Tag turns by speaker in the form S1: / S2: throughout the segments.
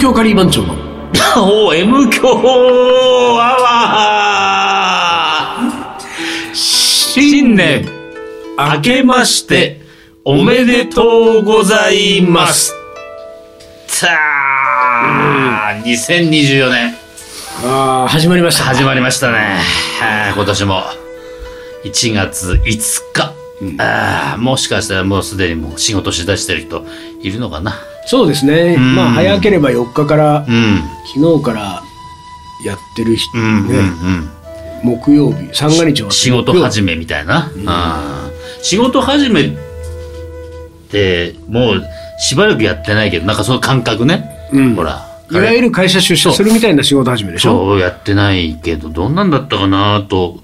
S1: 教カリー番長の
S2: お M 強アワー新年明けましておめでとうございますさあ、2024年
S1: ああ始まりました
S2: 始まりましたねあー今年も1月5日、あーもしかしたらもうすでにもう仕事しだしてる人いるのかな
S1: そうですね
S2: ん
S1: まあ早ければ4日から
S2: うん
S1: 昨日からやってる人
S2: うんうんう
S1: ね
S2: ん
S1: 木曜日三が日は
S2: 仕事始めみたいな、うん仕事始めってもうしばらくやってないけどなんかその感覚ね、
S1: うん
S2: ほら
S1: いわゆる会社出社するみたいな仕事始めでしょ
S2: そうやってないけどどんなんだったかなと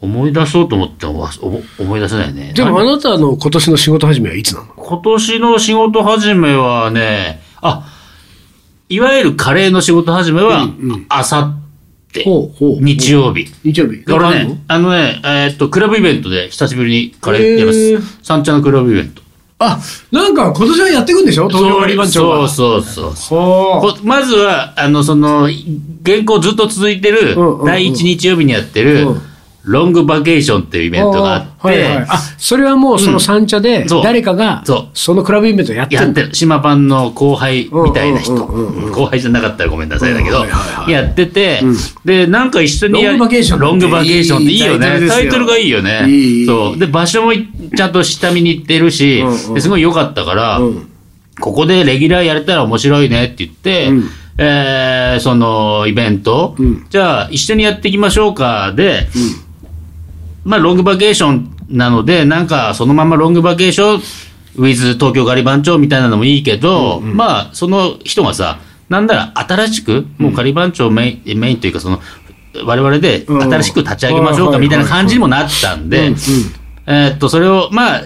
S2: 思い出そうと思ってもわお思い出せないね
S1: でも
S2: な
S1: あなたの今年の仕事始めはいつなの
S2: 今年の仕事始めはねあいわゆるカレーの仕事始めは
S1: うんうん
S2: あさって
S1: ほうほう
S2: 日曜日
S1: 日曜日
S2: こ
S1: なんかあ
S2: れ
S1: るの
S2: ね、あのね、えーっと、クラブイベントで久しぶりにカレ
S1: へ
S2: ーやり
S1: ー
S2: ます。三茶のクラブイベント。
S1: あなんか今年はやっていくんでしょ東京カリー番長は
S2: そうそうそうそう。
S1: ほう
S2: こまずは、あの、その、現行ずっと続いて
S1: う
S2: る
S1: んうんうん、
S2: 第一日曜日にやってる
S1: うん、
S2: ロングバケーションっていうイベントがあっ
S1: はいはい
S2: て、
S1: あそれはもうその三茶で
S2: んそう
S1: 誰かが
S2: そう
S1: そのクラブイベントやって
S2: や
S1: る
S2: ってる、島パンの後輩みたいな人。
S1: うんうんうんうん
S2: 後輩じゃなかったらごめんなさいだけ
S1: うん
S2: ど
S1: はいはいは、い
S2: やってて、で、なんか一緒にや
S1: ロングバケーション
S2: ロングバケーションっていいよ
S1: いいタイトルで
S2: ね。
S1: すよ
S2: タイトルがいいよね。
S1: いいいい
S2: そう。で、場所もちゃんと下見に行ってるし
S1: うんう、ん
S2: ですごい良かったから、
S1: うん
S2: ここでレギュラーやれたら面白いねって言って、
S1: うん
S2: えーそのイベント、
S1: うん
S2: じゃあ一緒にやっていきましょうかで、まあロングバケーションなので、なんかそのままロングバケーション、ウィズ東京ガリ番長みたいなのもいいけど、まあその人がさ、なんなら新しく、もうガリ番長メイン,、メインというかその、我々で新しく立ち上げましょうかみたいな感じにもなったんで、
S1: うんうん
S2: えーっと、それを、まあ、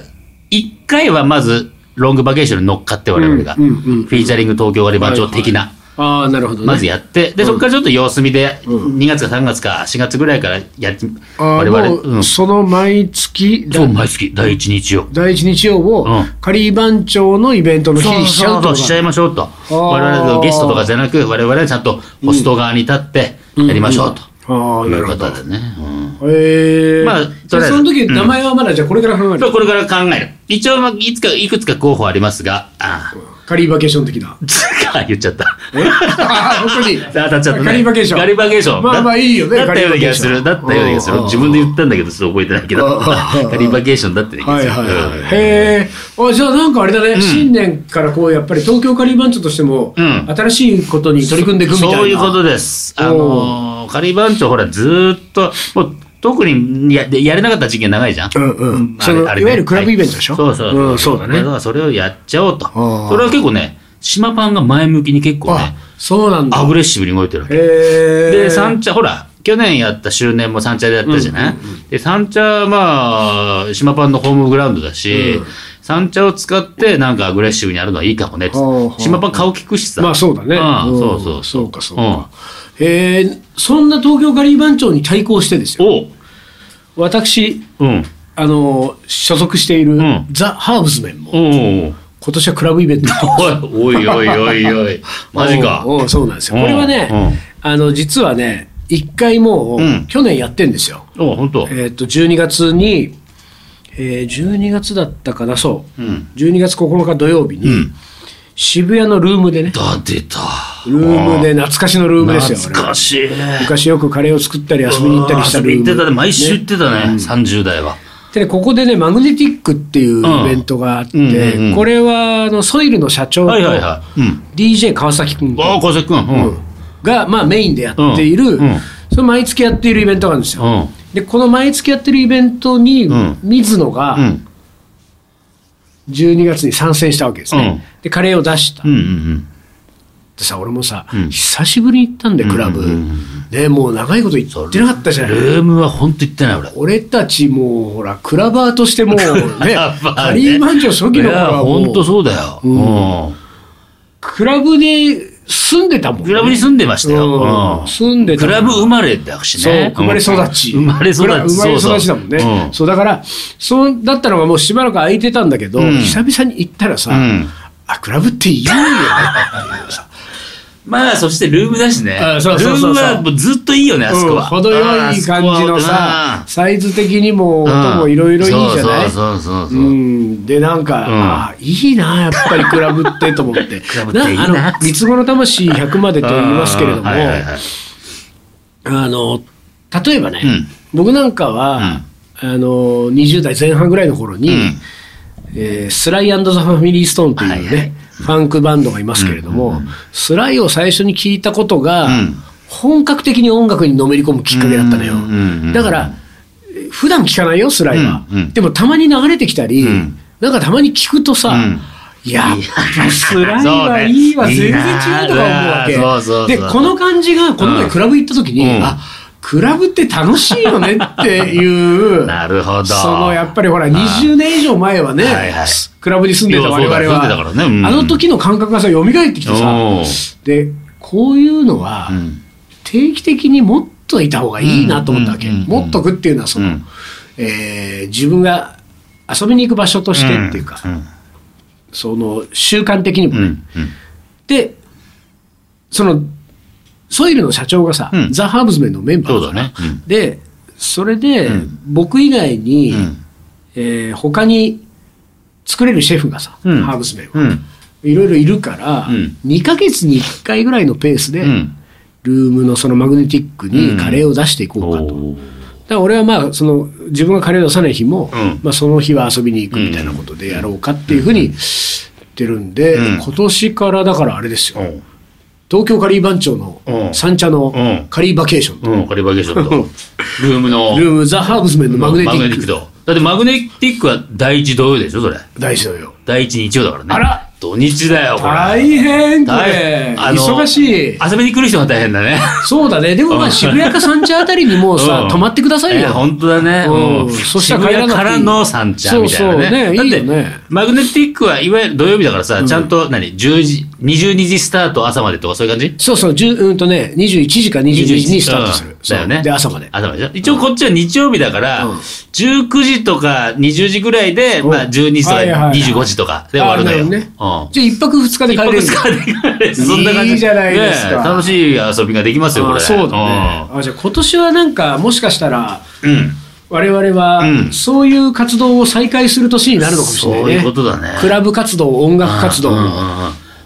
S2: 一回はまず、ロングバケーションに乗っかって我々が、
S1: うんうんうん
S2: フィーチャリング東京割り番長的な、
S1: ああなるほどね
S2: まずやって、で、そこからちょっと様子見で、2月か3月か4月ぐらいからやり、
S1: あ
S2: 我々、
S1: も
S2: うん、
S1: うそ
S2: そ
S1: の毎月、
S2: う、毎月、第一日曜。
S1: 第一日曜を
S2: うん
S1: 仮番長のイベントの日
S2: そう
S1: にしちゃう
S2: そ
S1: と
S2: うそうしちゃいましょうと。
S1: ー
S2: 我々のゲストとかじゃなく、我々はちゃんとホスト側に立って、やりましょうと。
S1: ああ
S2: い
S1: な
S2: う
S1: るほ
S2: こ
S1: ど
S2: とでね。うん
S1: ええ
S2: まあ
S1: じゃ
S2: とりあえず
S1: その時名前はまだじゃあこれから考え
S2: ちょっ
S1: る
S2: とこれから考える。一応、まあいつか、いくつか候補ありますが、ああ、
S1: 仮バケーション的 な
S2: つか言っちゃった。
S1: えあー本当に
S2: 当たっちゃったね。
S1: ガリバケーション
S2: ガリバケーション。
S1: まあまあいいよね
S2: だだったような気がす
S1: ガ
S2: る。だ
S1: リ
S2: っ
S1: バケ
S2: た
S1: ーションう
S2: ような気がする
S1: ん。
S2: 自分で言ったんだけど、ちょっと覚えてないけ
S1: う
S2: ど。
S1: んうん
S2: ガリバケーションだって気が
S1: は
S2: す
S1: い
S2: る。
S1: はいはい、
S2: うん
S1: へえあじゃあなんかあれだね、新年からこうやっぱり東京カリー番長としても、
S2: うん
S1: 新しいことに取り組んでいくみたいな
S2: そういうことです。あのー、カリバン長ほら、ずーっと、もう、特にややれなかった時期が長いじゃん。
S1: うんうん
S2: あ
S1: そ
S2: れ
S1: の
S2: あれね
S1: いわゆるクラブイベントでしょ
S2: はいそうそう
S1: うんそうだね
S2: だからそれをやっちゃおうと。
S1: あー
S2: これは結構ね、島パンが前向きに結構
S1: あ
S2: ね、
S1: そうなんだ
S2: アグレッシブに動いてるわけ。
S1: へえ
S2: で、三茶、ほら、去年やった周年も三茶でやったじゃない、で、三茶はまあ、島パンのホームグラウンドだし、三茶を使ってなんかアグレッシブにやるのはいいかもねっつって
S1: ほうほう
S2: 島パン顔聞くしさ。
S1: まあそうだね。
S2: うん
S1: ん
S2: そうそう。
S1: そうかそうか。えーそんな東京ガリー番長に対抗してです
S2: うん。
S1: よ。
S2: おう
S1: 私、
S2: うん。
S1: あの、所属している
S2: ん
S1: ザ・ハーブズメンも、
S2: おう
S1: 今年はクラブイベントに
S2: おい、おいおいおい おい。マジか。
S1: おうおうそうなんですよ。これは
S2: うんう
S1: ね
S2: ん、
S1: あの、実はね、一回もう
S2: うん、
S1: 去年やってんですよ。
S2: おうほんと。
S1: えっと、12月に、えー12月だったかな、そう。
S2: うん。
S1: 12月9日土曜日
S2: う
S1: に、
S2: ん。
S1: 渋谷のルームでね、
S2: だ、出た。
S1: ルームで、懐かしのルームですよ。
S2: 懐かしい。
S1: 昔よくカレーを作ったり遊びに行ったりした
S2: うわー
S1: ルー
S2: 遊
S1: ム
S2: びに行ってたね。毎週行っ
S1: ね
S2: てたね、30代は。
S1: でねここでねマグネティックっていうイベントがあって、
S2: うんうんうんうん
S1: これはあのソイルの社長と
S2: はいはいはい。うん。
S1: DJ 川崎君
S2: ああ、小瀬くん。うん。
S1: が、まあ、メインでやっている、
S2: うんうん
S1: その毎月やっているイベントがあるんですよ、
S2: うん。
S1: でこの毎月やってるイベントに、
S2: うん
S1: 水野が
S2: うん。
S1: 12月に参戦したわけですね、でカレーを出した、
S2: うんうん
S1: でさ俺もさ、
S2: ん
S1: 久しぶりに行ったんでクラブ、
S2: うんうんうん
S1: ねもう長いこと行ってなかったじ
S2: う
S1: ゃ
S2: ん。
S1: ない
S2: ルームは本当言ってない、俺。
S1: 俺たちもうほらクラバーと してもうねカリーマンチョ初期の頃
S2: いや、
S1: はも
S2: 本当
S1: う
S2: そうだよ。うん。
S1: クラブで住んでたもんね
S2: クラブに住んでましたよ。
S1: う
S2: うんん
S1: 住んでた
S2: クラブ生まれだし
S1: そう
S2: ね。
S1: 生まれ育ち、
S2: うん生まれ育ち。
S1: クラ生まれ
S2: そうそう
S1: 育ちだもんねそう
S2: うん
S1: だからそうだったのがもうしばらく空いてたんだけど、
S2: うん
S1: 久々に行ったらさ、
S2: うん
S1: あクラブっていいよね
S2: まあ、そしてルームだしね。
S1: あそうそうそうそう
S2: ルームはもうずっといいよね、あそこは。
S1: うん程よい感じのさ
S2: あ、そ
S1: サイズ的にも
S2: こはな
S1: 音もいろいろいいじゃない
S2: うんそうそうそうそうう。
S1: ん、でなんか、
S2: うん
S1: あいいなやっぱりクラブってと思って
S2: クラブっていいな
S1: あの三つ子の魂100までと言いますけれども
S2: あーはいはいはい
S1: あの例えばね、
S2: うん
S1: 僕なんかは、あの20代前半ぐらいの頃に、
S2: うん
S1: えースライザ・ファミリー・ストーンというね、
S2: はいはい
S1: ファンクバンドがいますけれども、スライを最初に聞いたことが、
S2: うん
S1: 本格的に音楽にのめり込むきっかけだったのよ。
S2: うんうんうんうん
S1: だから、えー普段聞かないよ、スライは。
S2: うんうん
S1: でもたまに流れてきたり、
S2: うん
S1: なんかたまに聞くとさ、
S2: うん
S1: やっぱスライはいいわ、
S2: そうね
S1: 全然違うとか思うわけ。
S2: いいなそうそうそう
S1: で、この感じが、この前クラブ行った時に、
S2: うん
S1: あ、クラブって楽しいよねっていう。
S2: なるほど。
S1: そのやっぱりほら
S2: あー
S1: 20年以上前はね、
S2: はいはい
S1: クラブに住んでた我々
S2: いやそうだ住んで
S1: は、
S2: たからねうん
S1: あの時の感覚がさ蘇ってきて
S2: お
S1: さ
S2: ー
S1: でこういうのは
S2: うん
S1: 定期的にもっといた方がいいなと思ったわけ、
S2: うんうんうんうん
S1: 持っとくっていうのはその、
S2: うん
S1: えー自分が遊びに行く場所としてっていうか、
S2: うん
S1: その習慣的にも
S2: う
S1: ね、
S2: んうん
S1: でそのソイルの社長がさ、
S2: うん
S1: ザ・ハーブズメンのメンバー
S2: そうだねうん
S1: でそれで、
S2: うん
S1: 僕以外に、
S2: うん
S1: えー他に作れるシェフがさ、
S2: うん
S1: ハーブスメンは、
S2: うん
S1: いろいろいるから、
S2: うん
S1: 2ヶ月に1回ぐらいのペースで、
S2: うん
S1: ルームのそのマグネティック
S2: うん
S1: にカレーを出していこうかと。だか
S2: おー
S1: ら俺はまあその自分がカレーを出さない日も、
S2: うん
S1: まあ、その日は遊びに行くみたいなことでやろうかっていうふうに言ってるんで、
S2: うん
S1: 今年からだからあれですよ、
S2: うん
S1: 東京カリー番長の
S2: うん
S1: 三茶
S2: うん
S1: のカリーバケーションと、
S2: うん、カリバーゲーションと、ルームの、
S1: ルームザ・ハーブスメンのマグネティ
S2: マグ
S1: ッ
S2: ネティッ
S1: ク
S2: クと。だってマグネティックは第一土曜でしょ、それ。
S1: 大事だよ。
S2: 第一日曜だからね。
S1: あら
S2: 土日だよ、これ。
S1: 大変こ
S2: 大
S1: れ
S2: 変あの
S1: 忙しい
S2: 遊びに来る人が大変だね。
S1: そうだねでもま
S2: うん
S1: あ渋谷か三茶あたりにもう
S2: う
S1: さ
S2: ん
S1: 泊まってください
S2: え
S1: よ
S2: ー本当だね。
S1: うん
S2: うん
S1: そしたら帰らなく
S2: 渋
S1: ていい
S2: 谷からの三茶みたいなね。
S1: そうそうねいいよね
S2: だって、マグネティックはいわゆる土曜日だからさ、ちゃんと何、10時、22時スタート朝までとかそういう感じ
S1: そうそう10うんとね21時か22時にスタートす
S2: う
S1: る
S2: ん
S1: そう
S2: だよね。
S1: で朝まで
S2: 朝まででしょ一応こっちは日曜日だから、
S1: うん
S2: 19時とか20時ぐらいで、
S1: うん
S2: まあ12時と
S1: はいはい
S2: か
S1: はい
S2: 25時とかで終わるのよ。
S1: あーなるほどねじゃあ一泊二日
S2: うん。
S1: で帰れ
S2: 一泊
S1: る
S2: 二日で帰れるそんな感じ。
S1: いいじゃないですか
S2: ねえ楽しい遊びができますよ、こ
S1: あ
S2: れ。
S1: そうだねあじゃあ今年はなんかもしかしたら
S2: うん。うん。
S1: 我々は
S2: うん
S1: そういう活動を再開する年になるのかもしれないね
S2: そういうことだね
S1: クラブ活動音楽活動
S2: うんうんうんうん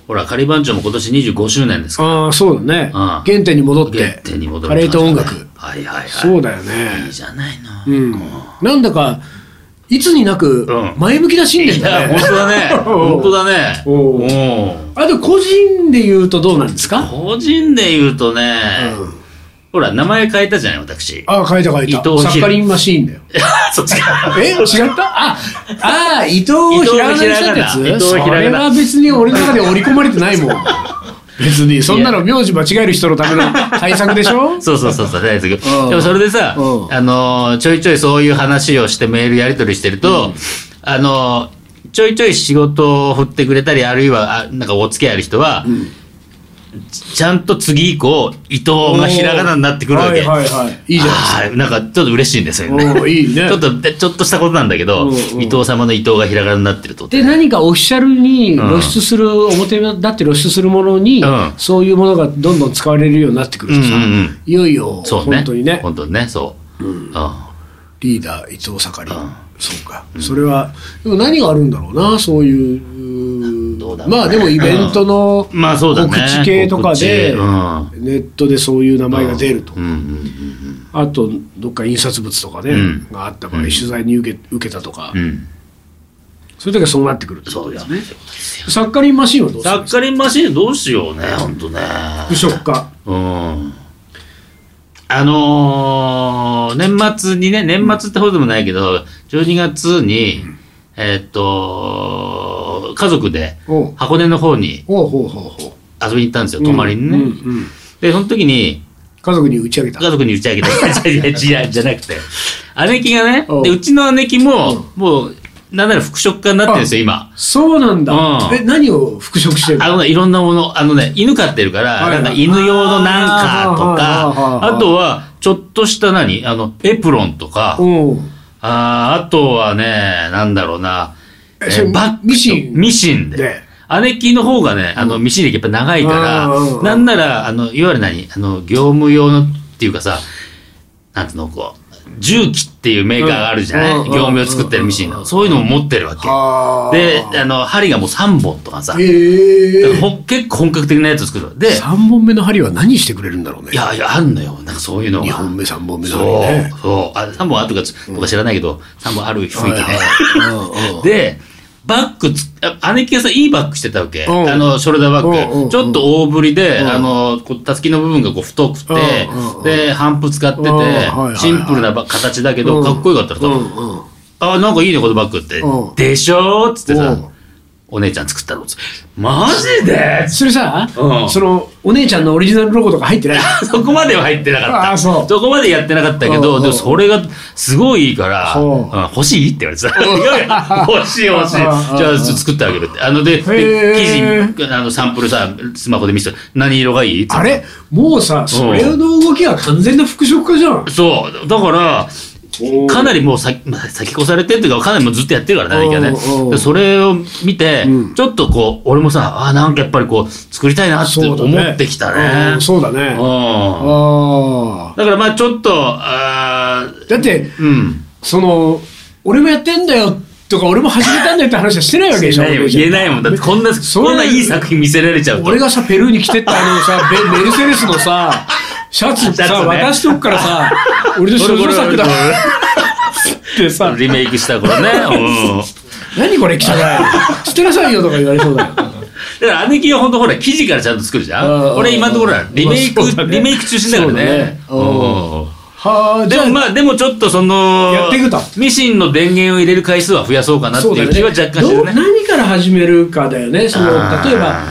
S2: ほら、カリバン長も今年25周年ですか
S1: ああそうだね
S2: ん
S1: 原点に戻っ
S2: ら。原
S1: て
S2: 点に戻
S1: カレーと音楽
S2: はいはいはい。
S1: そうだよね
S2: いいじゃないの。
S1: うん、なんだかいつになく
S2: うん
S1: 前向きな信念
S2: い
S1: だ
S2: や、
S1: ね、
S2: 本当だ ね。本当だね。
S1: おう
S2: うん
S1: あと個人で言うとどうなんですか、
S2: 個人で言うとね、
S1: うん
S2: ほら、名前変えたじゃない、私。
S1: ああ書いた書い
S2: 伊
S1: た
S2: 藤
S1: サ
S2: 博
S1: ッカリンマシーンだよ
S2: そっちか。
S1: え違ったあああ伊藤をひらがなにしたってやつ
S2: 伊藤を
S1: そ
S2: ひらがな伊藤をひらがな
S1: れは別に俺の中で織り込まれてないもん別にそんなの名字間違える人のための対策でし ょ
S2: そうそうそうそう、大好き。
S1: うん
S2: でもそれでさ、
S1: うん
S2: あのー、ちょいちょいそういう話をしてメールやり取りしてると、あのー、ちょいちょい仕事を振ってくれたり、あるいは、あなんかお付き合いある人は、ちちゃんと次以降、伊藤がひらがなになってくるわけ。
S1: はいはいはいいいじゃないですか
S2: あーなんかちょっと嬉しいんですよね。
S1: おーいいね
S2: ちょっと、でちょっとしたことなんだけど、
S1: うんうん
S2: 伊藤様の伊藤がひらがなになってると。
S1: で何かオフィシャルに露出する、表にだって露出するものに、
S2: うん
S1: そういうものがどんどん使われるようになってくるとさ、
S2: うんうんうん
S1: いよいよ、
S2: そうね。
S1: 本当にね
S2: 本当にね、そう。うん。
S1: リーダー伊藤盛り、
S2: うん
S1: そうか、それはでも何があるんだろうなそういうう
S2: どうだろうね
S1: まあでもイベントの
S2: まあそうだね。
S1: 告知系とかで、
S2: 告知
S1: ネットでそういう名前が出ると、
S2: うん。うん
S1: あとどっか印刷物とかね、
S2: うん
S1: があった場合取材に受け受けたとか、
S2: うんうん。
S1: そういう時はそうなってくるってこ
S2: そ
S1: と
S2: う
S1: で
S2: だ
S1: す
S2: ね
S1: ね。サッカリンマシンはどうする
S2: サ
S1: んで
S2: ッ
S1: すか
S2: カリンマシーンどうしようね、本当ね。
S1: 服飾家
S2: うん。あのー年末にね、年末ってほどでもないけど、12月に、えーっと、家族で
S1: おう
S2: 箱根の方に
S1: ほうほうほうほう
S2: 遊びに行ったんですよ、泊まりにね。
S1: うんうんうん
S2: で、その時に、
S1: 家族に打ち上げた
S2: 家族に打ち上 げた。いやいや違うじゃなくて。姉貴がね
S1: お、う
S2: で、うちの姉貴も、もう、なんなら服飾家になってるんですよ、今。
S1: そうなん
S2: う
S1: だ
S2: ん
S1: え何を復職してる
S2: あ
S1: の
S2: のね、いろんなもの、あのね、犬飼ってるから、
S1: はいはい
S2: なんか犬用のなんか
S1: あーはいはいはい
S2: とか、
S1: はい
S2: あとは、ちょっとした何あの、エプロンとか、
S1: うん
S2: あーあとはね、なんだろうな、
S1: えそれ
S2: バッグと
S1: ミシン
S2: ミシンで。
S1: で
S2: 姉貴の方がね、あの、未進歴やっぱ長いから、
S1: うんうん
S2: なんなら、あの、いわゆる何あの、業務用のっていうかさ、なんていうの、こう、重機っていうメーカーがあるじゃない、
S1: うんうんうん
S2: 業務用作ってるミシンの。そういうのも持ってるわけ。
S1: はあ
S2: で、あの、針がもう3本とかさ、
S1: ええ
S2: ほん結構本格的なやつ作るわ。で、
S1: 三本目の針は何してくれるんだろうね
S2: いやいや、あるのよ。なんかそういうのが。
S1: 二本目三本目の針
S2: そ
S1: ね
S2: う、そう。あ、3本あるとかつ、僕は知らないけど、3本ある雰囲気ね。
S1: はいはいうんうん
S2: で、バッグつ、あ姉貴がさ、いいバッグしてたわけ。
S1: うん
S2: あの、ショルダーバ
S1: うんうん
S2: ッ
S1: う
S2: グ。
S1: ん
S2: ちょっと大ぶりで、
S1: うん
S2: あの、こうたすきの部分がこう太くて
S1: うんうんうん、
S2: で、半布使って
S1: うんはいはいは
S2: て、
S1: い
S2: シンプルなば形だけ
S1: う
S2: ど、
S1: ん
S2: かっこよかったらさ
S1: うんうん
S2: あ、なんかいいね、このバッグって
S1: うん。
S2: でしょーっつって
S1: う
S2: さ
S1: ん、
S2: お姉ちゃん作ったの。マジで
S1: それさ、
S2: うん
S1: そのお姉ちゃんのオリジナルロゴとか入ってない
S2: そこまでは入ってなかった。
S1: あーそう
S2: こまでやってなかったけ
S1: うんう
S2: ど、
S1: ん
S2: でもそれがすごいいいから、
S1: うん
S2: うん欲しいって言われてた。 いやいや欲しい欲しい。じ
S1: うんうんうん
S2: ゃあ作ってあげるって。あの、で、で
S1: へー
S2: 生地、あの、サンプルさ、スマホで見せたら何色がいいって
S1: あれもうさそれの動きは完全な服飾家じゃん
S2: そう。だから、かなりもう先、まあ先越されてっていうか、かなりもうずっとやってるからね、兄貴は
S1: うんうん
S2: ね。でそれを見て、
S1: うん
S2: ちょっとこう、俺もさ、あーなんかやっぱりこう、作りたいなって
S1: そうだ
S2: 思
S1: ね
S2: ってきたね。
S1: うんそうだね
S2: うん
S1: あ
S2: だからまあちょっと、あー
S1: ーだって
S2: うん。
S1: その俺もやってんだよとか俺も始めたんだよって話はしてないわけでしょ
S2: 言えないよ
S1: お姉ちゃん
S2: 言えないもんだってこんな
S1: それ
S2: こんないい作品見せられちゃうと
S1: 俺がさペルーに着てったあの さベメルセデスのさシャツ
S2: シャツ
S1: さ
S2: ね
S1: 渡しておくからさ俺の少女作だってさ
S2: リメイクした頃ね、うん、
S1: 何これ 着たから捨てなさいよとか言われそうだよ
S2: だから姉貴はほんとほら生地からちゃんと作るじゃ
S1: うんうん
S2: ん
S1: うん
S2: 俺今のところはリメイク、
S1: まあそうだね
S2: リメイク中心だからね
S1: そうだね
S2: うん
S1: はあ
S2: で
S1: じゃ
S2: も
S1: あ
S2: まあでもちょっとその
S1: やっていくと
S2: ミシンの電源を入れる回数は増やそうかなって
S1: そうだ
S2: い
S1: よ
S2: う
S1: ね
S2: 気は若干して
S1: ど
S2: る
S1: う
S2: ね
S1: 何から始めるかだよねその
S2: あー
S1: 例えば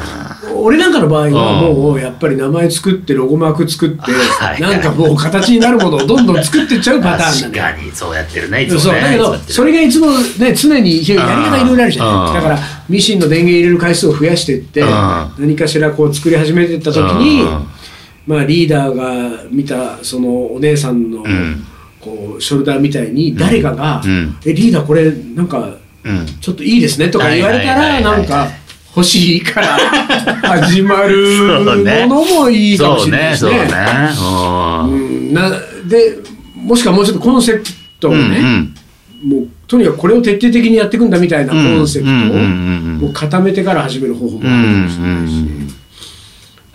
S1: 俺なんかの場合はもうやっぱり名前作ってロゴマーク作って
S2: はい
S1: なんかもう形になるものをどんどん作ってっちゃうパターン
S2: 確
S1: だね
S2: かにそうやってるねいつもね
S1: そうだけど
S2: いつもやってる
S1: それがいつもね常にやり方いろいろあるじゃ
S2: う
S1: なんいだからミシンの電源入れる回数を増やしていって
S2: うん
S1: 何かしらこう作り始めてった時に
S2: うん
S1: まあリーダーが見たそのお姉さんの
S2: ん
S1: こうショルダーみたいに誰かが
S2: うん
S1: 「えリーダーこれなんか
S2: うん
S1: ちょっといいですね」とか言われた
S2: は
S1: ら
S2: いはいはい
S1: な
S2: は
S1: ん
S2: い
S1: か欲しい から始まる
S2: そうね
S1: ものもいいかも
S2: そ
S1: し
S2: う
S1: れない
S2: ね
S1: です
S2: そうね
S1: ね。
S2: うん
S1: うんなでもしくはもうちょっとコンセプトを
S2: う
S1: ね、
S2: んうん
S1: もうとにかくこれを徹底的にやっていくんだみたいなコ
S2: うん
S1: ンセプトを
S2: うんうんうん
S1: もう固めてから始める方法も
S2: う
S1: あるか
S2: ん
S1: もしれないし、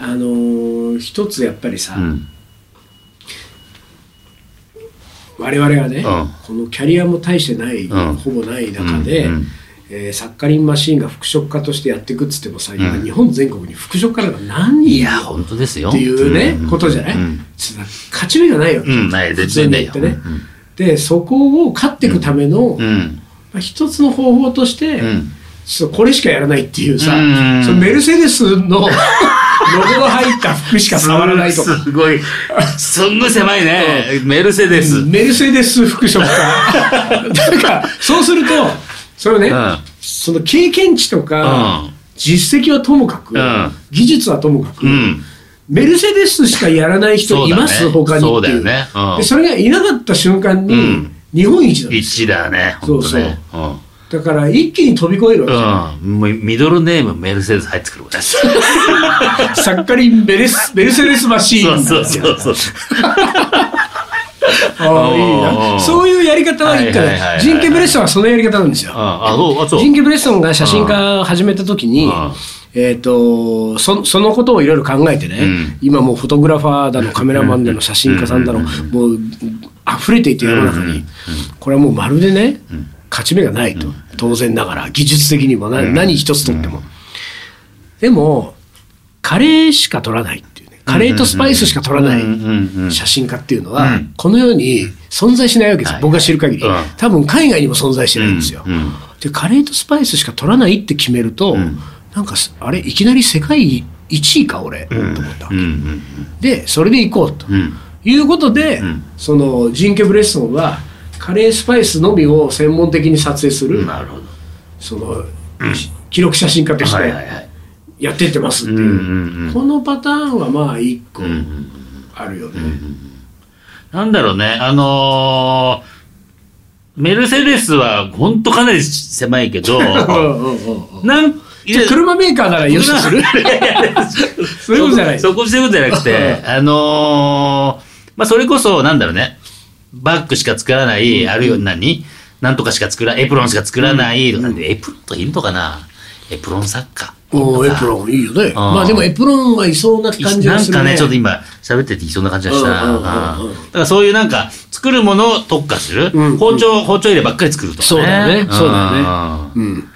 S1: あのー一つやっぱりさ、
S2: うんうん
S1: 我々がね、
S2: ん
S1: このキャリアも大してない、
S2: うん
S1: ほぼない中で、
S2: うんうん
S1: えーサッカリンマシーンが服飾家としてやっていくっつってもさ、今
S2: うん
S1: 日本全国に服飾家なんか何人
S2: いや、本当ですよ。
S1: っていうね、
S2: ん
S1: ことじゃない、
S2: うん
S1: つまり勝ち目がないよ、
S2: うんない
S1: 普通に言ってね、
S2: 全然ないよ
S1: でそこを勝っていくための、
S2: うん。
S1: まあ、一つの方法として、
S2: うん
S1: ちょっとこれしかやらないっていうさ、
S2: うん
S1: そのメルセデスの ロゴが入った服しか触らないとか。
S2: すご い。すんごい狭いね。メルセデス。うん。
S1: メルセデス服飾 か。だから、そうすると、それね、
S2: うん
S1: その経験値とか、
S2: うん
S1: 実績はともかく、
S2: うん
S1: 技術はともかく、
S2: うん
S1: メルセデスしかやらない人います、
S2: そうだ
S1: 他
S2: ね
S1: にっていう
S2: そうだよねうん
S1: で。それがいなかった瞬間に、
S2: うん
S1: 日本一だ
S2: 一だね。
S1: そう
S2: 本当ね。うん
S1: だから、一気に飛び越えるわけじゃん
S2: うん。もうミドルネームメルセデス入ってくるわ。そう
S1: サッカリンベレス、ベルセデスマシーンなんです
S2: そ
S1: よ。
S2: うそうそう。
S1: ああいい
S2: おー
S1: なそういうやり方はいいか
S2: はいはいはいは
S1: ら、
S2: い
S1: ジンケ・ブレッソンはそのやり方なんですよ。
S2: あ、あそう、あ、そう。
S1: ジンケ・ブレッソンが写真家を始めた時に
S2: うん、
S1: えっと、そそのことをいろいろ考えてね、
S2: うん
S1: 今もうフォトグラファーだの、カメラマンだの、写真家さんだの、もう溢れていて世の中に、これはもうまるでね、勝ち目がないと。当然ながら、技術的にもな何一つとっても。でも、カレーしか撮らないっていうね。カレーとスパイスしか撮らない。
S2: うんうん
S1: 写真家っていうのは、
S2: うん
S1: この世に存在しないわけです、僕が知る限り、
S2: うん
S1: 多分海外にも存在してないんですよ、
S2: うんうん
S1: でカレーとスパイスしか取らないって決めると、なんかすあれいきなり世界1位か俺、と思った、
S2: うん。うん
S1: でそれで行こうと、
S2: うん。
S1: いうことで、そのジンケ・ブレッソンはカレースパイスのみを専門的に撮影する、
S2: うん。なるほど。
S1: その、記録写真家とし
S2: はい
S1: て
S2: はいはい。
S1: やってってますっていう、
S2: うんうんうん
S1: このパターンはまあ一個
S2: うんうん。
S1: あるよね、
S2: なんだろうね、あのーメルセデスは本当かなり狭いけ ど、
S1: うんうんうんうん
S2: なん
S1: じゃあ車メーカーならよしとする そういうことじゃない
S2: そこそういうことじゃなくて、あのーまあ、それこそ、なんだろうね、バッグしか作らない、あるいは何なんとかしか作らエプロンしか作らないとか、エプロンとかいるのかなエプロン作家。
S1: おーエプロンいいよね。まあでもエプロンはいそうな感じ
S2: な
S1: が
S2: ん
S1: する
S2: か
S1: ね。
S2: ね、ちょっと今、喋ってていそうな感じがした。
S1: うんうんうんうん
S2: うんだからそういうなんか、作るものを特化する。
S1: んうん
S2: 包丁、包丁入ればっかり作るとかね。
S1: そうだよねそうだよね
S2: よ
S1: うん。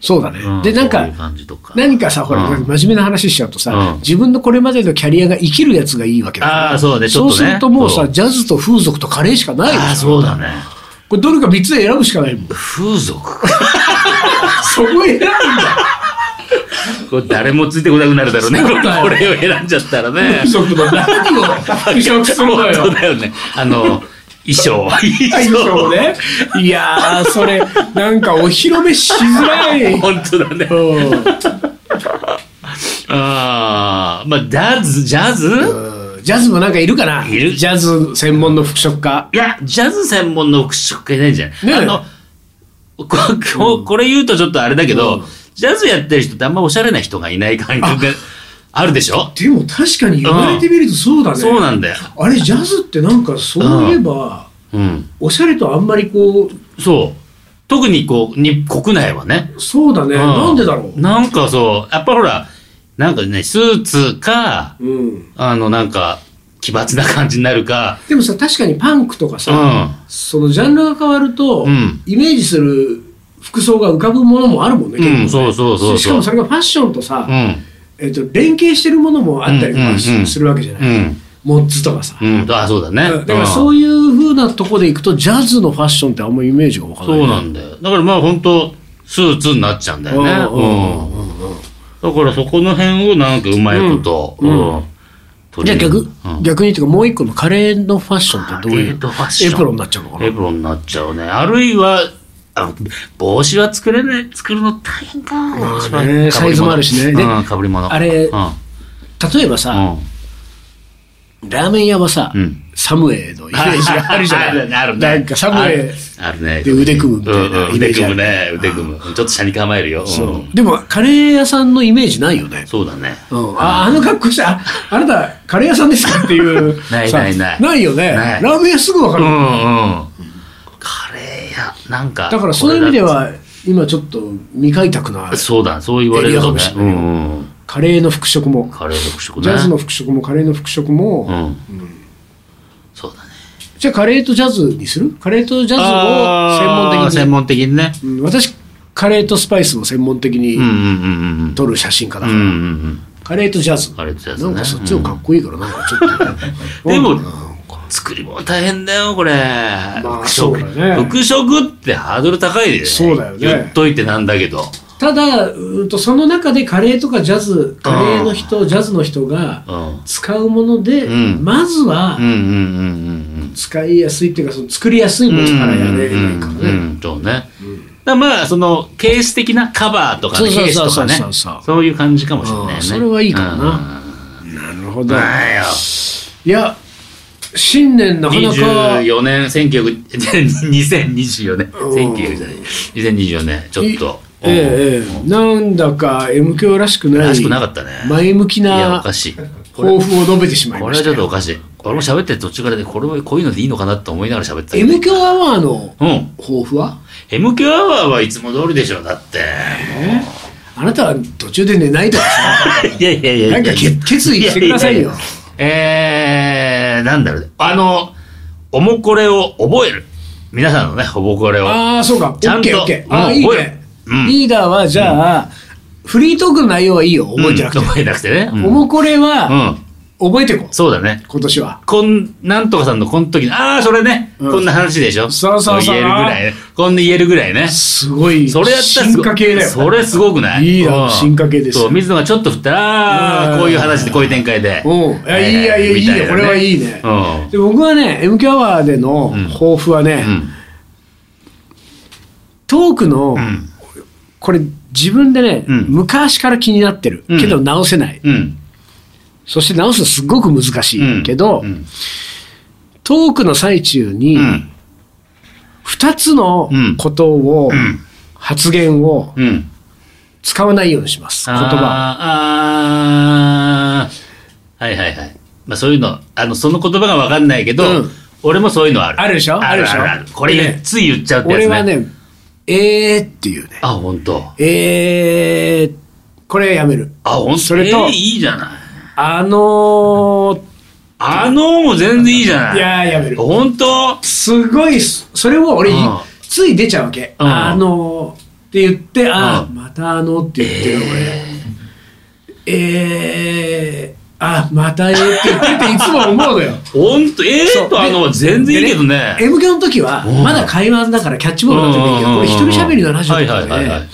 S1: そうだね。
S2: うん
S1: で、なん
S2: そう
S1: か
S2: いう、感じとか
S1: 何かさ、ほら、
S2: うん
S1: 真面目な話しちゃうとさ、
S2: うん
S1: 自分のこれまでのキャリアが生きるやつがいいわけだから。
S2: あーそうねちょっとね
S1: そうするともう
S2: そ
S1: さ、
S2: う
S1: ジャズと風俗とカレーしかないでしょ
S2: ああ、そうだね。
S1: これどれか3つで選ぶしかないもん。
S2: 風俗。
S1: そこ選ぶんだ。
S2: これ誰もついてこなくなるだろうね。こ
S1: そうだよ
S2: れを選んじゃったらね。
S1: 風俗の何を移植するの
S2: そう
S1: よ。
S2: だよね。あの、衣装。
S1: 衣装ね。いやー、それ、なんかお披露目しづらい。 うん
S2: 本当だね。ああ、まあ、ジャズ、ジャズ
S1: うんジャズもなんかいるかない
S2: る
S1: ジャズ専門の服飾家。
S2: いや、ジャズ専門の服飾家いないんじゃない、
S1: ねえ
S2: あのここ、これ言うとちょっとあれだけど、
S1: うん
S2: ジャズやってる人ってあんまおしゃれな人がいない感覚があるでしょ
S1: でも確かに言われてみるとそうだね。
S2: そうなんだよ。
S1: あれジャズってなんかそういえば、
S2: うん。
S1: おしゃれとあんまりこ
S2: そう。特にこう、に国内はね。
S1: うそうだね、
S2: うん
S1: なんでだろう
S2: なんかそう、やっぱほら、なんかね、スーツか、
S1: うん、
S2: あの、なんか、奇抜な感じになるか、
S1: でもさ確かにパンクとか
S2: う
S1: さ、
S2: ん。
S1: そのジャンルが変わると、
S2: うん
S1: イメージする服装が浮かぶものもあるもんね、
S2: う
S1: 結
S2: ん、
S1: 構ね
S2: そうそうそうそう。
S1: しかもそれがファッションとさ、
S2: うん。
S1: えっと連携してるものもあったりと
S2: うんうんうん
S1: かしするわけじゃない、
S2: うん。
S1: モッズとかさ、
S2: うん。あ、そうだね。
S1: だから
S2: う
S1: そう
S2: ん
S1: いうふうなとこでいくとジャズのファッションってあんまイメージがわからない
S2: そうなんだよ。だからまあ本当スーツになっちゃうんだよね。
S1: うんうん
S2: うん。だからそこの辺をなんかうまいこと、
S1: うんうん
S2: うん取
S1: じゃあ
S2: り入れ
S1: 逆、
S2: るうん
S1: 逆にというかもう一個のカレーのファッションってどうい
S2: カレ
S1: う
S2: ーのファッション
S1: エプロンになっちゃうのかな
S2: エプロンになっちゃうね。あるいは、あ帽子は作れない、作るの大変か。帽子は被り物
S1: サイズもあるしねで
S2: うん、かぶり物。
S1: あれ
S2: うん。
S1: 例えばさ、ラーメン屋はさ、
S2: うん
S1: サムエのイメージ があるじゃない
S2: あるね
S1: なんかサムエ、
S2: あるね。
S1: で腕組むみたいな
S2: うんうん
S1: イメー
S2: 腕
S1: ジあ
S2: 組
S1: る
S2: むね、腕組む。ちょっと車に構えるよ。うん
S1: そうでもカレー屋さんのイメージないよね、
S2: そうだね。
S1: うん、ああの格好してああなたカレー屋さんですかっていう
S2: ない
S1: さ
S2: ないない
S1: ないよね
S2: ない
S1: ラーメン屋すぐ分か
S2: う
S1: る、
S2: んうん。カレー屋、なんか。
S1: だからそういう意味では今ちょっと未開拓な
S2: これだ、そうだ、そう言われる
S1: エリ
S2: と
S1: アかも
S2: ね
S1: し。れ
S2: う
S1: ない
S2: んうん。
S1: カレーの服飾も
S2: カレー特色ね。
S1: ジャズの服飾もカレーの服飾も、
S2: うん。そうだね。
S1: じゃあカレーとジャズにするカレーとジャズを専門
S2: あー
S1: 的に
S2: 専門的にね。
S1: うん私カレーとスパイスを専門的
S2: うんうん
S1: に
S2: うん
S1: 撮る写真家だ
S2: うん。
S1: か
S2: う
S1: ら、
S2: んうんうん。
S1: カレーとジャズ
S2: カレーとジャズ
S1: な
S2: ね
S1: んかそっちの方がかっこいいからなんかちょっ と、
S2: でも
S1: なんか
S2: 作り物大変だよ、これ。
S1: あ
S2: 服
S1: そうだね
S2: 飾。服飾ってハードル高いでね。
S1: そうだよね
S2: 言っといてなんだけど。
S1: ただうーんとその中でカレーとかジャズカレーの人ジャズの人が
S2: うん。
S1: 使うもので、
S2: うん
S1: まずは
S2: うんうんうん
S1: 使いやすいっていうかその作りやすい
S2: うんう
S1: も
S2: ん。
S1: のからやれないからね、
S2: うんうんうんそうね。だからまあ、その、ケース的なカバーとかね、
S1: そ
S2: ケ
S1: う
S2: ー
S1: そ
S2: ス
S1: う
S2: と
S1: そうそ
S2: か
S1: う
S2: ね
S1: そうそう。
S2: そういう感じかもしれな
S1: う
S2: い
S1: ん
S2: ね。
S1: それはいいかもななるほど
S2: うん。まあよ。
S1: いや新年なかなか
S2: 24年、1900、2024年、
S1: うん
S2: 1900じゃない、2024年、ちょっと、
S1: ええええなんだか M 響らしくない
S2: らしくなかったね。
S1: 前向き
S2: いや、お
S1: な
S2: かしい。こ
S1: 抱
S2: れ
S1: 負を述べてしまい
S2: こ
S1: ま
S2: れ
S1: し
S2: は
S1: たよ
S2: ちょっとおかしい。俺も喋ってる途中からね、これはこういうのでいいのかなと思いながら喋ってたけど。
S1: M 響アワーの
S2: うん。
S1: 抱負は
S2: MQ アワーはいつも通りでしょ、だって。
S1: あなたは途中で寝 ないと かさ
S2: いやいやいや
S1: なんか決決意してくださいよ
S2: やややえー、なんだろうね。あの、おもこれを覚える。皆さんのね、おもこれを。
S1: ああそうかオ
S2: ちゃ
S1: ッ
S2: んと
S1: ケーオッケーああ
S2: うん
S1: いい
S2: 覚える
S1: ね
S2: うん
S1: リーダーはじゃあフリートークの内容はいいよ覚えてなく
S2: うん
S1: て
S2: 覚えなくてね。うん
S1: おもこれは
S2: うん。
S1: 覚えてこう
S2: そうだね。
S1: 今年は
S2: こん、なんとかさんのこの時の、ああ、それね、
S1: うん
S2: こんな話でしょ。
S1: そうそうそう
S2: 言えるぐらいね。こんな言えるぐらいね。
S1: すごい
S2: それやったらす
S1: 進
S2: ご
S1: 化系だよ
S2: それすごくない
S1: いいな
S2: うん
S1: 進化系ですよ
S2: そう、水野がちょっと振ったら、あ
S1: う
S2: ー
S1: ん
S2: こういう話で、こういう展開で。
S1: うんいやいいやいやいいねこれはいいね
S2: うん。
S1: で僕はね m q アワーでの
S2: ん
S1: 抱負はね、
S2: うん。
S1: トークの、
S2: うん
S1: これ自分でね、
S2: うん
S1: 昔から気になってる
S2: うん
S1: けど直せない、
S2: うん。
S1: そして直すのすごく難し
S2: うん
S1: いけど、
S2: うん。
S1: トークの最中に
S2: うん
S1: 2つの
S2: うん
S1: ことを、
S2: うん
S1: 発言を
S2: うん。
S1: 使わないようにします。言葉
S2: あーあーはいはいはい。まあそういうの、あの、その言葉がわかんないけど、
S1: うん
S2: 俺もそういうのある。
S1: あるでしょ
S2: ある
S1: あるでしょ
S2: あるあるこれ、
S1: ね
S2: つい言っちゃうってやつね。
S1: 俺はね、えーっていうね。
S2: あ、本当。
S1: えー、これやめる。
S2: あ、本当。
S1: それと
S2: えーいいじゃない。
S1: あのー、
S2: あのーも全然いいじゃない。
S1: いやーやめる
S2: 本当
S1: すごい、それを俺
S2: うん、
S1: つい出ちゃうわけ。
S2: うん
S1: あのー、って言って、あ
S2: う
S1: ー、
S2: ん
S1: またあのーって言ってる俺。えー、あ、またえーって言ってていつも思 うのよ。
S2: 本当え
S1: そ
S2: ー
S1: う
S2: とあのー全然いいけど
S1: で
S2: ね。
S1: M 響の時は
S2: うん、
S1: まだ会話だからキャッチボールの時だけ
S2: うん
S1: ど、
S2: うんうん
S1: こ
S2: うん
S1: れ一人喋りのラジオとか
S2: はいはいはいはい
S1: で、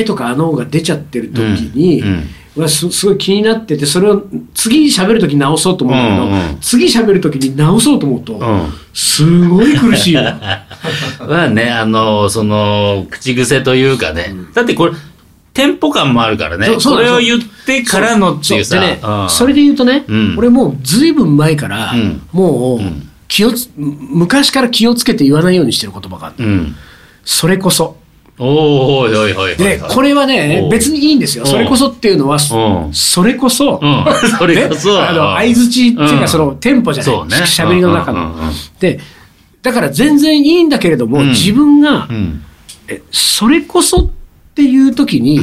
S1: A とかあの方が出ちゃってる時に
S2: うんうん、
S1: 俺はすすごい気になってて、それを次喋る時に直そうと思うんだ
S2: うん
S1: け
S2: うん
S1: ど、次喋る時に直そうと思う
S2: う
S1: と、
S2: ん。
S1: すごい苦し いよ。
S2: はね、あの、その、口癖というかね。だってこれ、テンポ感もあるからね。
S1: そうそう
S2: これを言ってからのっていうさ。
S1: でね
S2: うん
S1: それで言うとね、
S2: うん
S1: 俺もうずいぶん前から、
S2: うん
S1: もう
S2: うん
S1: 気をつ昔から気をつけて言わないようにしてる言葉がある、
S2: うん。
S1: それこそ。
S2: おーおいおいおいおい。
S1: で、これは
S2: お
S1: ね
S2: う
S1: 別にいいんですよ。
S2: おう
S1: それこそっていうのは
S2: うん
S1: それこそ、
S2: うんそれこそ
S1: ねあの相槌っていうかそのテンポじゃない、
S2: そうね
S1: しゃべりの中
S2: うんうんうんうん
S1: の。でだから全然いいんだけれども、
S2: うん
S1: 自分が、
S2: うん。
S1: えそれこそっていう時に、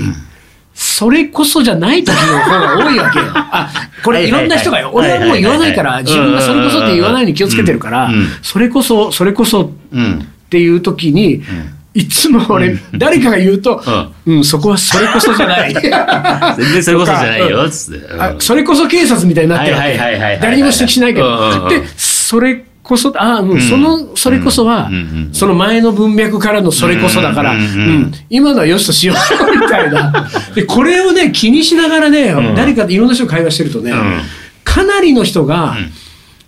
S1: それこそじゃない時の方が多いわ けよ。あ、これいろんな人がよ。
S2: はい
S1: 俺
S2: はいはい
S1: はもう言わないか
S2: は
S1: ら、
S2: いはい
S1: 自
S2: はい
S1: 分がそれこそって言わないように気をつけてるから
S2: うんうん、
S1: それこそ、それこそっ
S2: うん。
S1: ていう時に、いつも俺、誰かが言うと、うん、そこはそれこそじゃ ない。
S2: 全然それこそじゃないよ、つって。うん
S1: あそれこそ警察みたいになってるわ
S2: はいはいはいはいはい
S1: け
S2: はい
S1: 誰にも指摘しないけ
S2: うんうんう
S1: ど。
S2: ん
S1: で、それこそ、あうん
S2: ん
S1: その、それこそは
S2: うんうんうん、
S1: その前の文脈からのそれこそだから、う
S2: う
S1: ん
S2: うんうん
S1: ん今のはよしとしようみたい な。で、これをね、気にしながらね
S2: ん、
S1: 誰かといろんな人と会話してるとね
S2: ん、
S1: かなりの人が、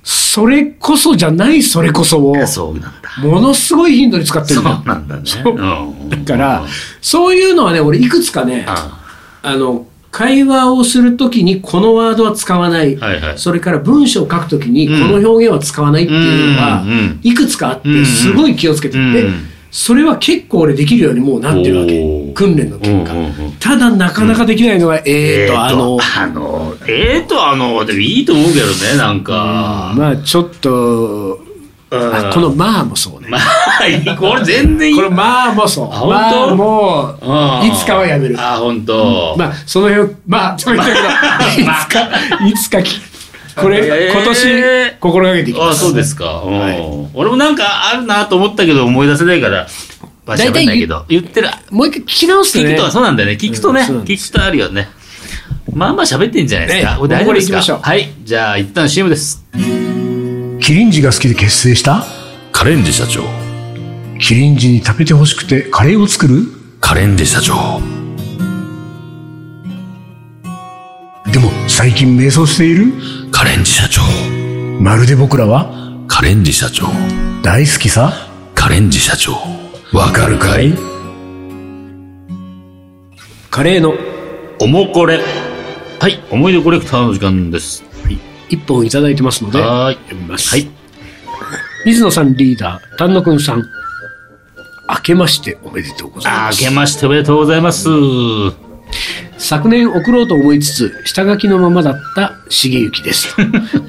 S1: それこそじゃないそれこそを、
S2: そうなんだ。
S1: ものすごい頻度に使ってる
S2: そ
S1: ん
S2: う
S1: だよ
S2: なんだね。
S1: そう
S2: うん
S1: だから、そういうのはね、俺いくつかね、
S2: あ
S1: あの会話をするときにこのワードは使わない,、
S2: はいはい
S1: それから文章を書くときにこの表現は使わないっていうのが
S2: うんうん
S1: いくつかあっ
S2: うんう
S1: て
S2: ん
S1: すごい気をつけてて、
S2: うん
S1: それは結構俺できるようにもうなってるわ
S2: おー
S1: け訓練の結果、
S2: うんうんうん
S1: ただなかなかできないのが、えーと、あの、
S2: あの、えーと、あの、でもいいと思うけどね、なんか。
S1: まあちょっと、あこの「まあ」もそうね、
S2: まあ、いいこれ全然いい。
S1: この「まあ」もそう
S2: あ本当
S1: まあもういつかはやめる
S2: あ、本当。
S1: まあ、その辺を、まあ、と言ったけど、いつか、いつかき、これ、
S2: えー
S1: 今年、心がけていき
S2: あ
S1: ます。
S2: そうですか、うん
S1: はい
S2: 俺もなんかあるなと思ったけど思い出せないからまあ喋んないけど言ってる
S1: もう一回聞き直すと
S2: 聞
S1: ね
S2: くとはそうなんだよね聞くとね、
S1: うんそうなんで
S2: 聞くとあるよねまあまあ喋ってんじゃないですか、
S1: ね
S2: これ大丈
S1: もうこ
S2: 夫です
S1: れ行きましょ
S2: か
S1: う
S2: はいじゃあ一旦 CM です
S1: キリンジが好きで結成した
S3: カレンデ社長
S1: キリンジに食べてほしくてカレーを作る
S3: カレンデ社長
S1: でも、最近迷走している
S3: カレンデ社長
S1: まるで僕らは
S3: カレンデ社長
S1: 大好きさ。
S3: カレンデ社長わかるかい
S1: カレーの
S2: おもこれはい思い出コレクターの時間です
S1: 一本いただいてますので、
S2: はーい
S1: 読みます。
S2: はい
S1: 水野さんリーダー、丹野くんさん、明けましておめでとうござい
S2: あ
S1: ます。
S2: けましておめでとうございます
S1: 昨年送ろうと思いつつ、下書きのままだった重幸 です。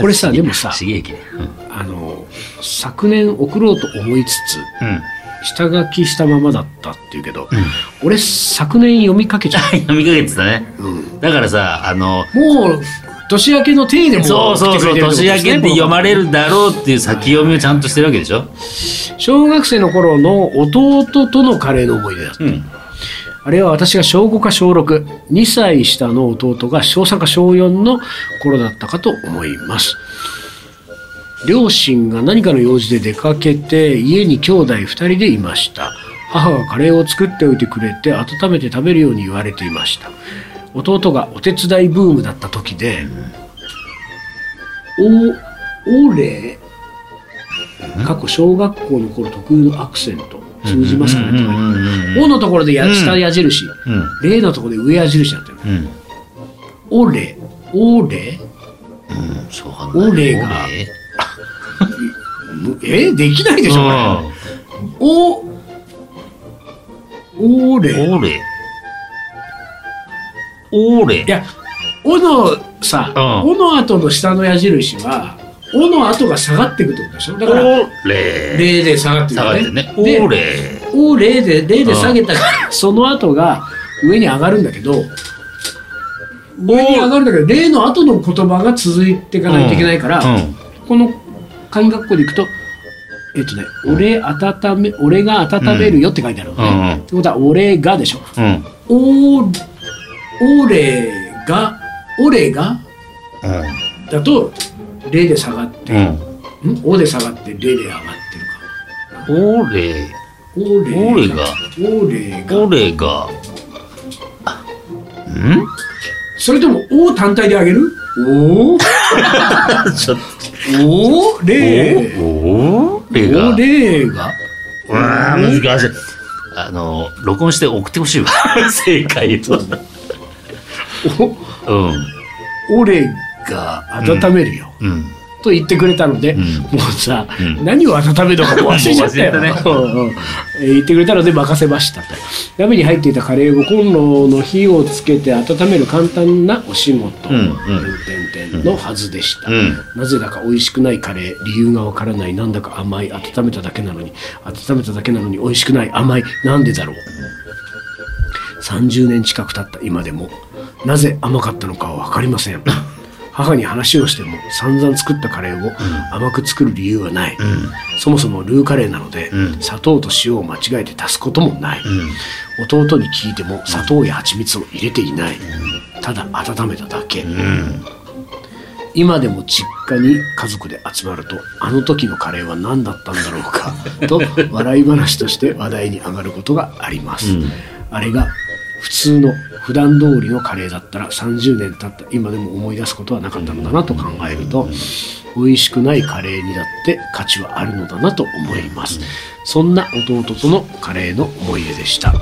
S1: これさ、でもさ、
S2: 刺激ねうん、
S1: あの、昨年送ろうと思いつ
S2: うん
S1: つ、下書きしたままだったっていうけど、俺昨年読みかけちゃっ
S2: 読みかけてたね、だからさあの
S1: た。もう、年明けの体でも
S2: そうそうそう、年明けって読まれ
S1: る。
S2: るだろうっていう先読みをちゃんとしてるわけでしょ。
S1: 小学生の頃の弟とのカレーの思い出だった。
S2: うん。
S1: あれは私が小5か小6、2歳下の弟が小3か小4の頃だったかと思います。両親が何かの用事で出かけて、家に兄弟2人でいました。母がカレーを作っておいてくれて、温めて食べるように言われていました。弟がお手伝いブームだった時で、お、おれ、過去小学校の頃特有のアクセント、通じますかねとか言って
S2: うん。
S1: おのところでや
S2: うん
S1: 下矢印、
S2: うん
S1: 例のところで上矢印になってる。
S2: うん。
S1: おれ、おれ、
S2: しょうがない。
S1: オレが
S2: オレ
S1: むえできないでしょ、これお、おれ、
S2: オレ。オーレ
S1: いや、おのさ、
S2: うん
S1: おの後の下の矢印は、おの後が下がっていくってことでしょだ
S2: オ
S1: から、
S2: ー
S1: 0
S2: レ
S1: で下がっていく
S2: 下がってるねオ
S1: で
S2: ーレ
S1: を0で0で下げたから、その後が上に上がるんだけど上に上がるんだけど0の後の言葉が続いていかないといけないから、
S2: うんうん
S1: この鍵括弧でいくとえっとね「俺温め俺が温めるよ」って書いてあるのね、
S2: うんうん
S1: ってことは「俺が」でしょ
S2: うん
S1: 「お俺が」「俺が」だと0で下がって「
S2: うんん
S1: お」で下がって0で上がってるか
S2: うんオーレ
S1: 「おれ
S2: オーレが
S1: おれが
S2: オーレがあん
S1: それとも「お」単体であげるおお
S2: ちょっ
S1: おー
S2: と
S1: れー
S2: おーレが
S1: おれーが
S2: うわー難しいあの録音して送ってほしいわ 正解とうん
S1: おおれが温めるよ、
S2: うん
S1: と言ってくれたので、
S2: ん
S1: もうさ、
S2: うん
S1: 何を温めるのかもう忘れちゃったよ
S2: もう忘れたね
S1: うんうんえー言ってくれたので任せましたと鍋に入っていたカレーをコンロの火をつけて温める簡単なお仕事、
S2: うんうん
S1: 点々のはずでした、
S2: うん
S1: なぜだか美味しくないカレー理由がわからないなんだか甘い温めただけなのに温めただけなのに美味しくない甘いなんでだろう30年近く経った今でもなぜ甘かったのかは分かりません母に話をしても散々作ったカレーを甘く作る理由はない、そもそもルーカレーなので、
S2: うん
S1: 砂糖と塩を間違えて足すこともない、弟に聞いても砂糖や蜂蜜を入れていない、ただ温めただけ、
S2: うん
S1: 今でも実家に家族で集まるとあの時のカレーは何だったんだろう かと笑い話として話題に上がることがあります、
S2: うん
S1: あれが普通の普段通りのカレーだったら30年経った今でも思い出すことはなかったのだなと考えると美味しくないカレーにだって価値はあるのだなと思いますそんな弟とのカレーの思い出でした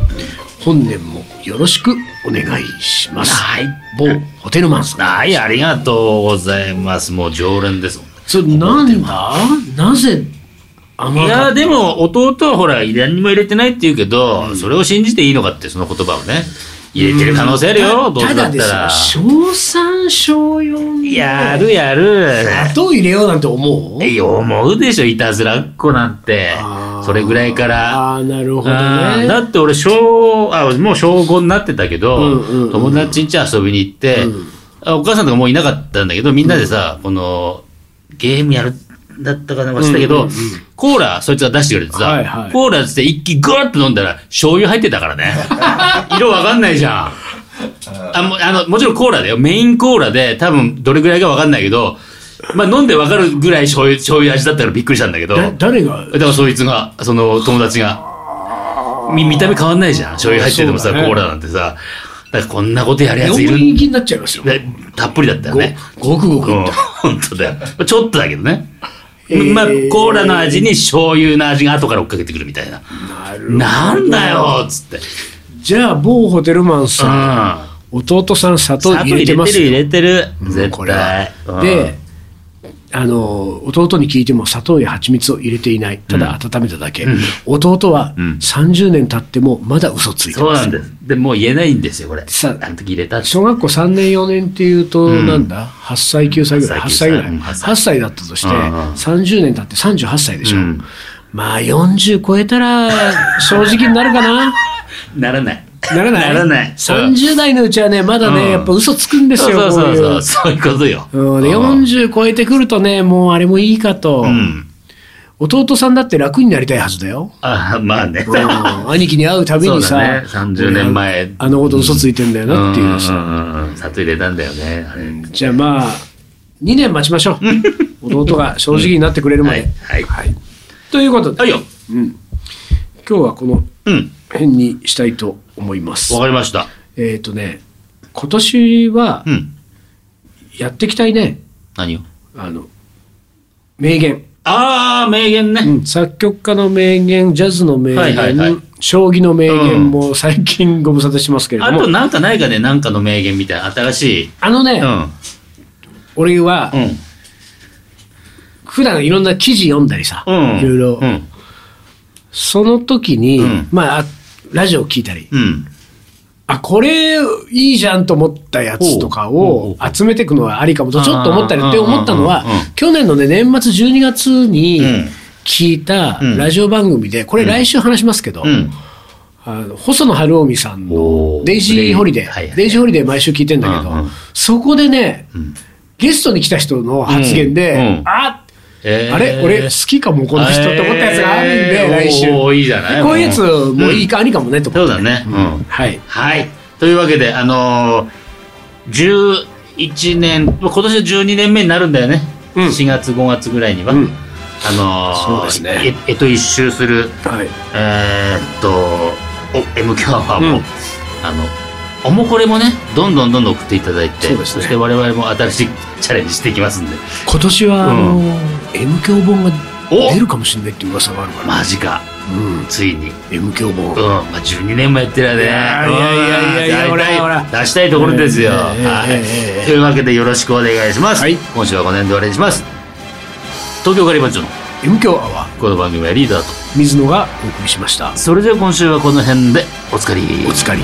S1: 本年もよろしくお願いします
S2: はい
S1: 某ホテルマンさん
S2: はいありがとうございますもう常連ですもん
S1: それなんだなぜ甘
S2: い
S1: か
S2: や
S1: っ
S2: でも弟はほら何も入れてないって言うけど、それを信じていいのかってその言葉をね入れてる可能性あるよ、どう
S1: た
S2: せだ
S1: だ
S2: っ
S1: です
S2: た
S1: よ
S2: ら
S1: 小三小四で
S2: やるやる
S1: 砂糖入れようなんて思う
S2: いや思うでしょいたずらっ子なんて
S1: あー
S2: それぐらいから
S1: ああなるほど
S2: あーだ
S1: ね
S2: って俺小あもう小5になってたけど、
S1: うんうんうん
S2: 友達ん家遊びに行って、
S1: うん
S2: あお母さんとかもういなかったんだけどみんなでさ、このゲームやるんだったかなんかしたけど、
S1: うんうんうん
S2: コーラそいつが出してくれてさ、
S1: はいはい
S2: コーラっつって一気グワッと飲んだら醤油入ってたか らね色わかんないじゃんあもあのもちろんコーラだよメインコーラで多分どれぐらいかわかんないけどまあ飲んでわかるぐらい醤油醤油味だったからびっくりしたんだけど
S1: だ誰が
S2: だからそいつが、その友達が、み見た目変わんないじゃん。醤油入っててもさ、
S1: そうだね
S2: コーラなんてさ。だからこんなことやるやつい
S1: 横
S2: る
S1: に
S2: ん
S1: 行きになっちゃいますよ
S2: だ。たっぷりだったよ
S1: ご
S2: ね。
S1: ごくごく
S2: うん
S1: いった。
S2: 本当だよ。ちょっとだけどね。
S1: えー
S2: まあ、コーラの味に醤油の味が後から追っかけてくるみたいな。
S1: なるほど
S2: なんだよっつって。
S1: じゃあ某ホテルマン
S2: うん。
S1: さん弟さん砂糖入れてます
S2: 砂
S1: よ
S2: 糖入れてる、入れてる。
S1: うんこ
S2: 絶
S1: れは
S2: 対。う
S1: で、
S2: ん
S1: あの弟に聞いても砂糖や蜂蜜を入れていないただ温めただけ、弟は30年経ってもまだ嘘ついて
S2: そう
S1: ま
S2: な
S1: す
S2: んです。で、もう言えないんですよ、これ。
S1: さ
S2: あの時入れたって。
S1: 小学校3年4年っていうとなんだ、8歳9歳ぐらい8
S2: 8
S1: 歳
S2: 歳
S1: ぐらい
S2: うん
S1: 8
S2: 8
S1: 歳
S2: 歳
S1: だったとして
S2: うんうん
S1: 30年経って38歳でしょ、
S2: うん
S1: まあ40超えたら正直になるか な
S2: ならない。
S1: ならない
S2: ならない。うん
S1: 30代のうちはねまだね、
S2: うん
S1: やっぱ嘘つくんですよ
S2: そ
S1: こ
S2: うそうそう
S1: いう
S2: うそうそういうことよ、
S1: うん、で40超えてくるとねもうあれもいいかと、
S2: うん
S1: 弟さんだって楽になりたいはずだよ、
S2: あまあね、
S1: うん兄貴に会うたびに
S2: そうだ
S1: さ、
S2: ね30年前
S1: 俺あのこと嘘ついてんだよなっていうさ、
S2: んんうんうん砂糖入れたんだよねあれ
S1: じゃあまあ2年待ちましょう弟が正直になってくれるま
S2: は
S1: で、
S2: いはいはい
S1: ということで、
S2: はいよ
S1: 今日はこの
S2: うん
S1: 辺にしたいと思います
S2: わかりました
S1: えっ、とね今年は
S2: うん
S1: やっていきたいね
S2: 何を
S1: あの名言
S2: ああ名言ね、
S1: 作曲家の名言ジャズの名言、
S2: はいはいはい
S1: 将棋の名言も最近ご無沙汰してますけれど
S2: あ
S1: も、
S2: となんかないかねなんかの名言みたいな新しい
S1: あのね、
S2: うんうん
S1: 俺は普段いろんな記事読んだりさ、
S2: うん
S1: いろいろ、
S2: うん
S1: その時に、
S2: うん
S1: まああラジオ聞いたり
S2: うん
S1: あ、これいいじゃんと思ったやつとか
S2: ほうほ
S1: を
S2: う
S1: 集めていくのはありかもとちょっと思ったりって思ったのは
S2: うんうんうんうん、
S1: 去年のね、年末12月に
S2: うん
S1: 聞いた
S2: ん
S1: ラジオ番組で、これ来週話しますけど、
S2: うん。
S1: あの細野晴臣さんの
S2: おー
S1: デイジーホリデ
S2: はいはい
S1: ー、デイジーホリデー毎週聞いてんだけど
S2: うんうん、
S1: そこでね、ゲストに来た人の発言
S2: うんう
S1: で
S2: ん、
S1: あ
S2: えー
S1: あれ俺好きかもこの人って思ったやつがあるんで
S2: えー
S1: 来週
S2: おーいいじゃない
S1: こういうやつもいい
S2: か、
S1: か、ありかもねと
S2: うん
S1: 思
S2: そう
S1: って。
S2: だね、うん
S1: はい。
S2: はいというわけであのー、11年まあ今年で12年目になるんだよね、
S1: うん
S2: 4月5月ぐらいには、
S1: うん
S2: あのー
S1: そうですね
S2: ええっと一周する
S1: はい。
S2: えーっとお M 強アワーも、
S1: うん
S2: あのおもこれもねどんどんどんどん送っていただいて
S1: そうですね
S2: して我々も新しいチャレンジしていきますんで
S1: 今年は、
S2: うん
S1: あの M 教本が
S2: お
S1: 出るかもしれないっていう噂があるから、
S2: マジか
S1: うん、
S2: ついに
S1: M 教本、
S2: うん、まあ、12年もやってるやで、ね、
S1: いやいやいやいや
S2: うん
S1: ほら
S2: 出したい
S1: ほら
S2: 出したいところですよ、
S1: ええええ
S2: はい
S1: ええええ
S2: というわけでよろしくお願いします、
S1: はい
S2: 今週はこの辺で終わりにします東京ガリバン長の
S1: M 教アワー
S2: この番組はリーダーと
S1: 水野がお送りしました
S2: それでは今週はこの辺でおつかり
S1: お疲れ。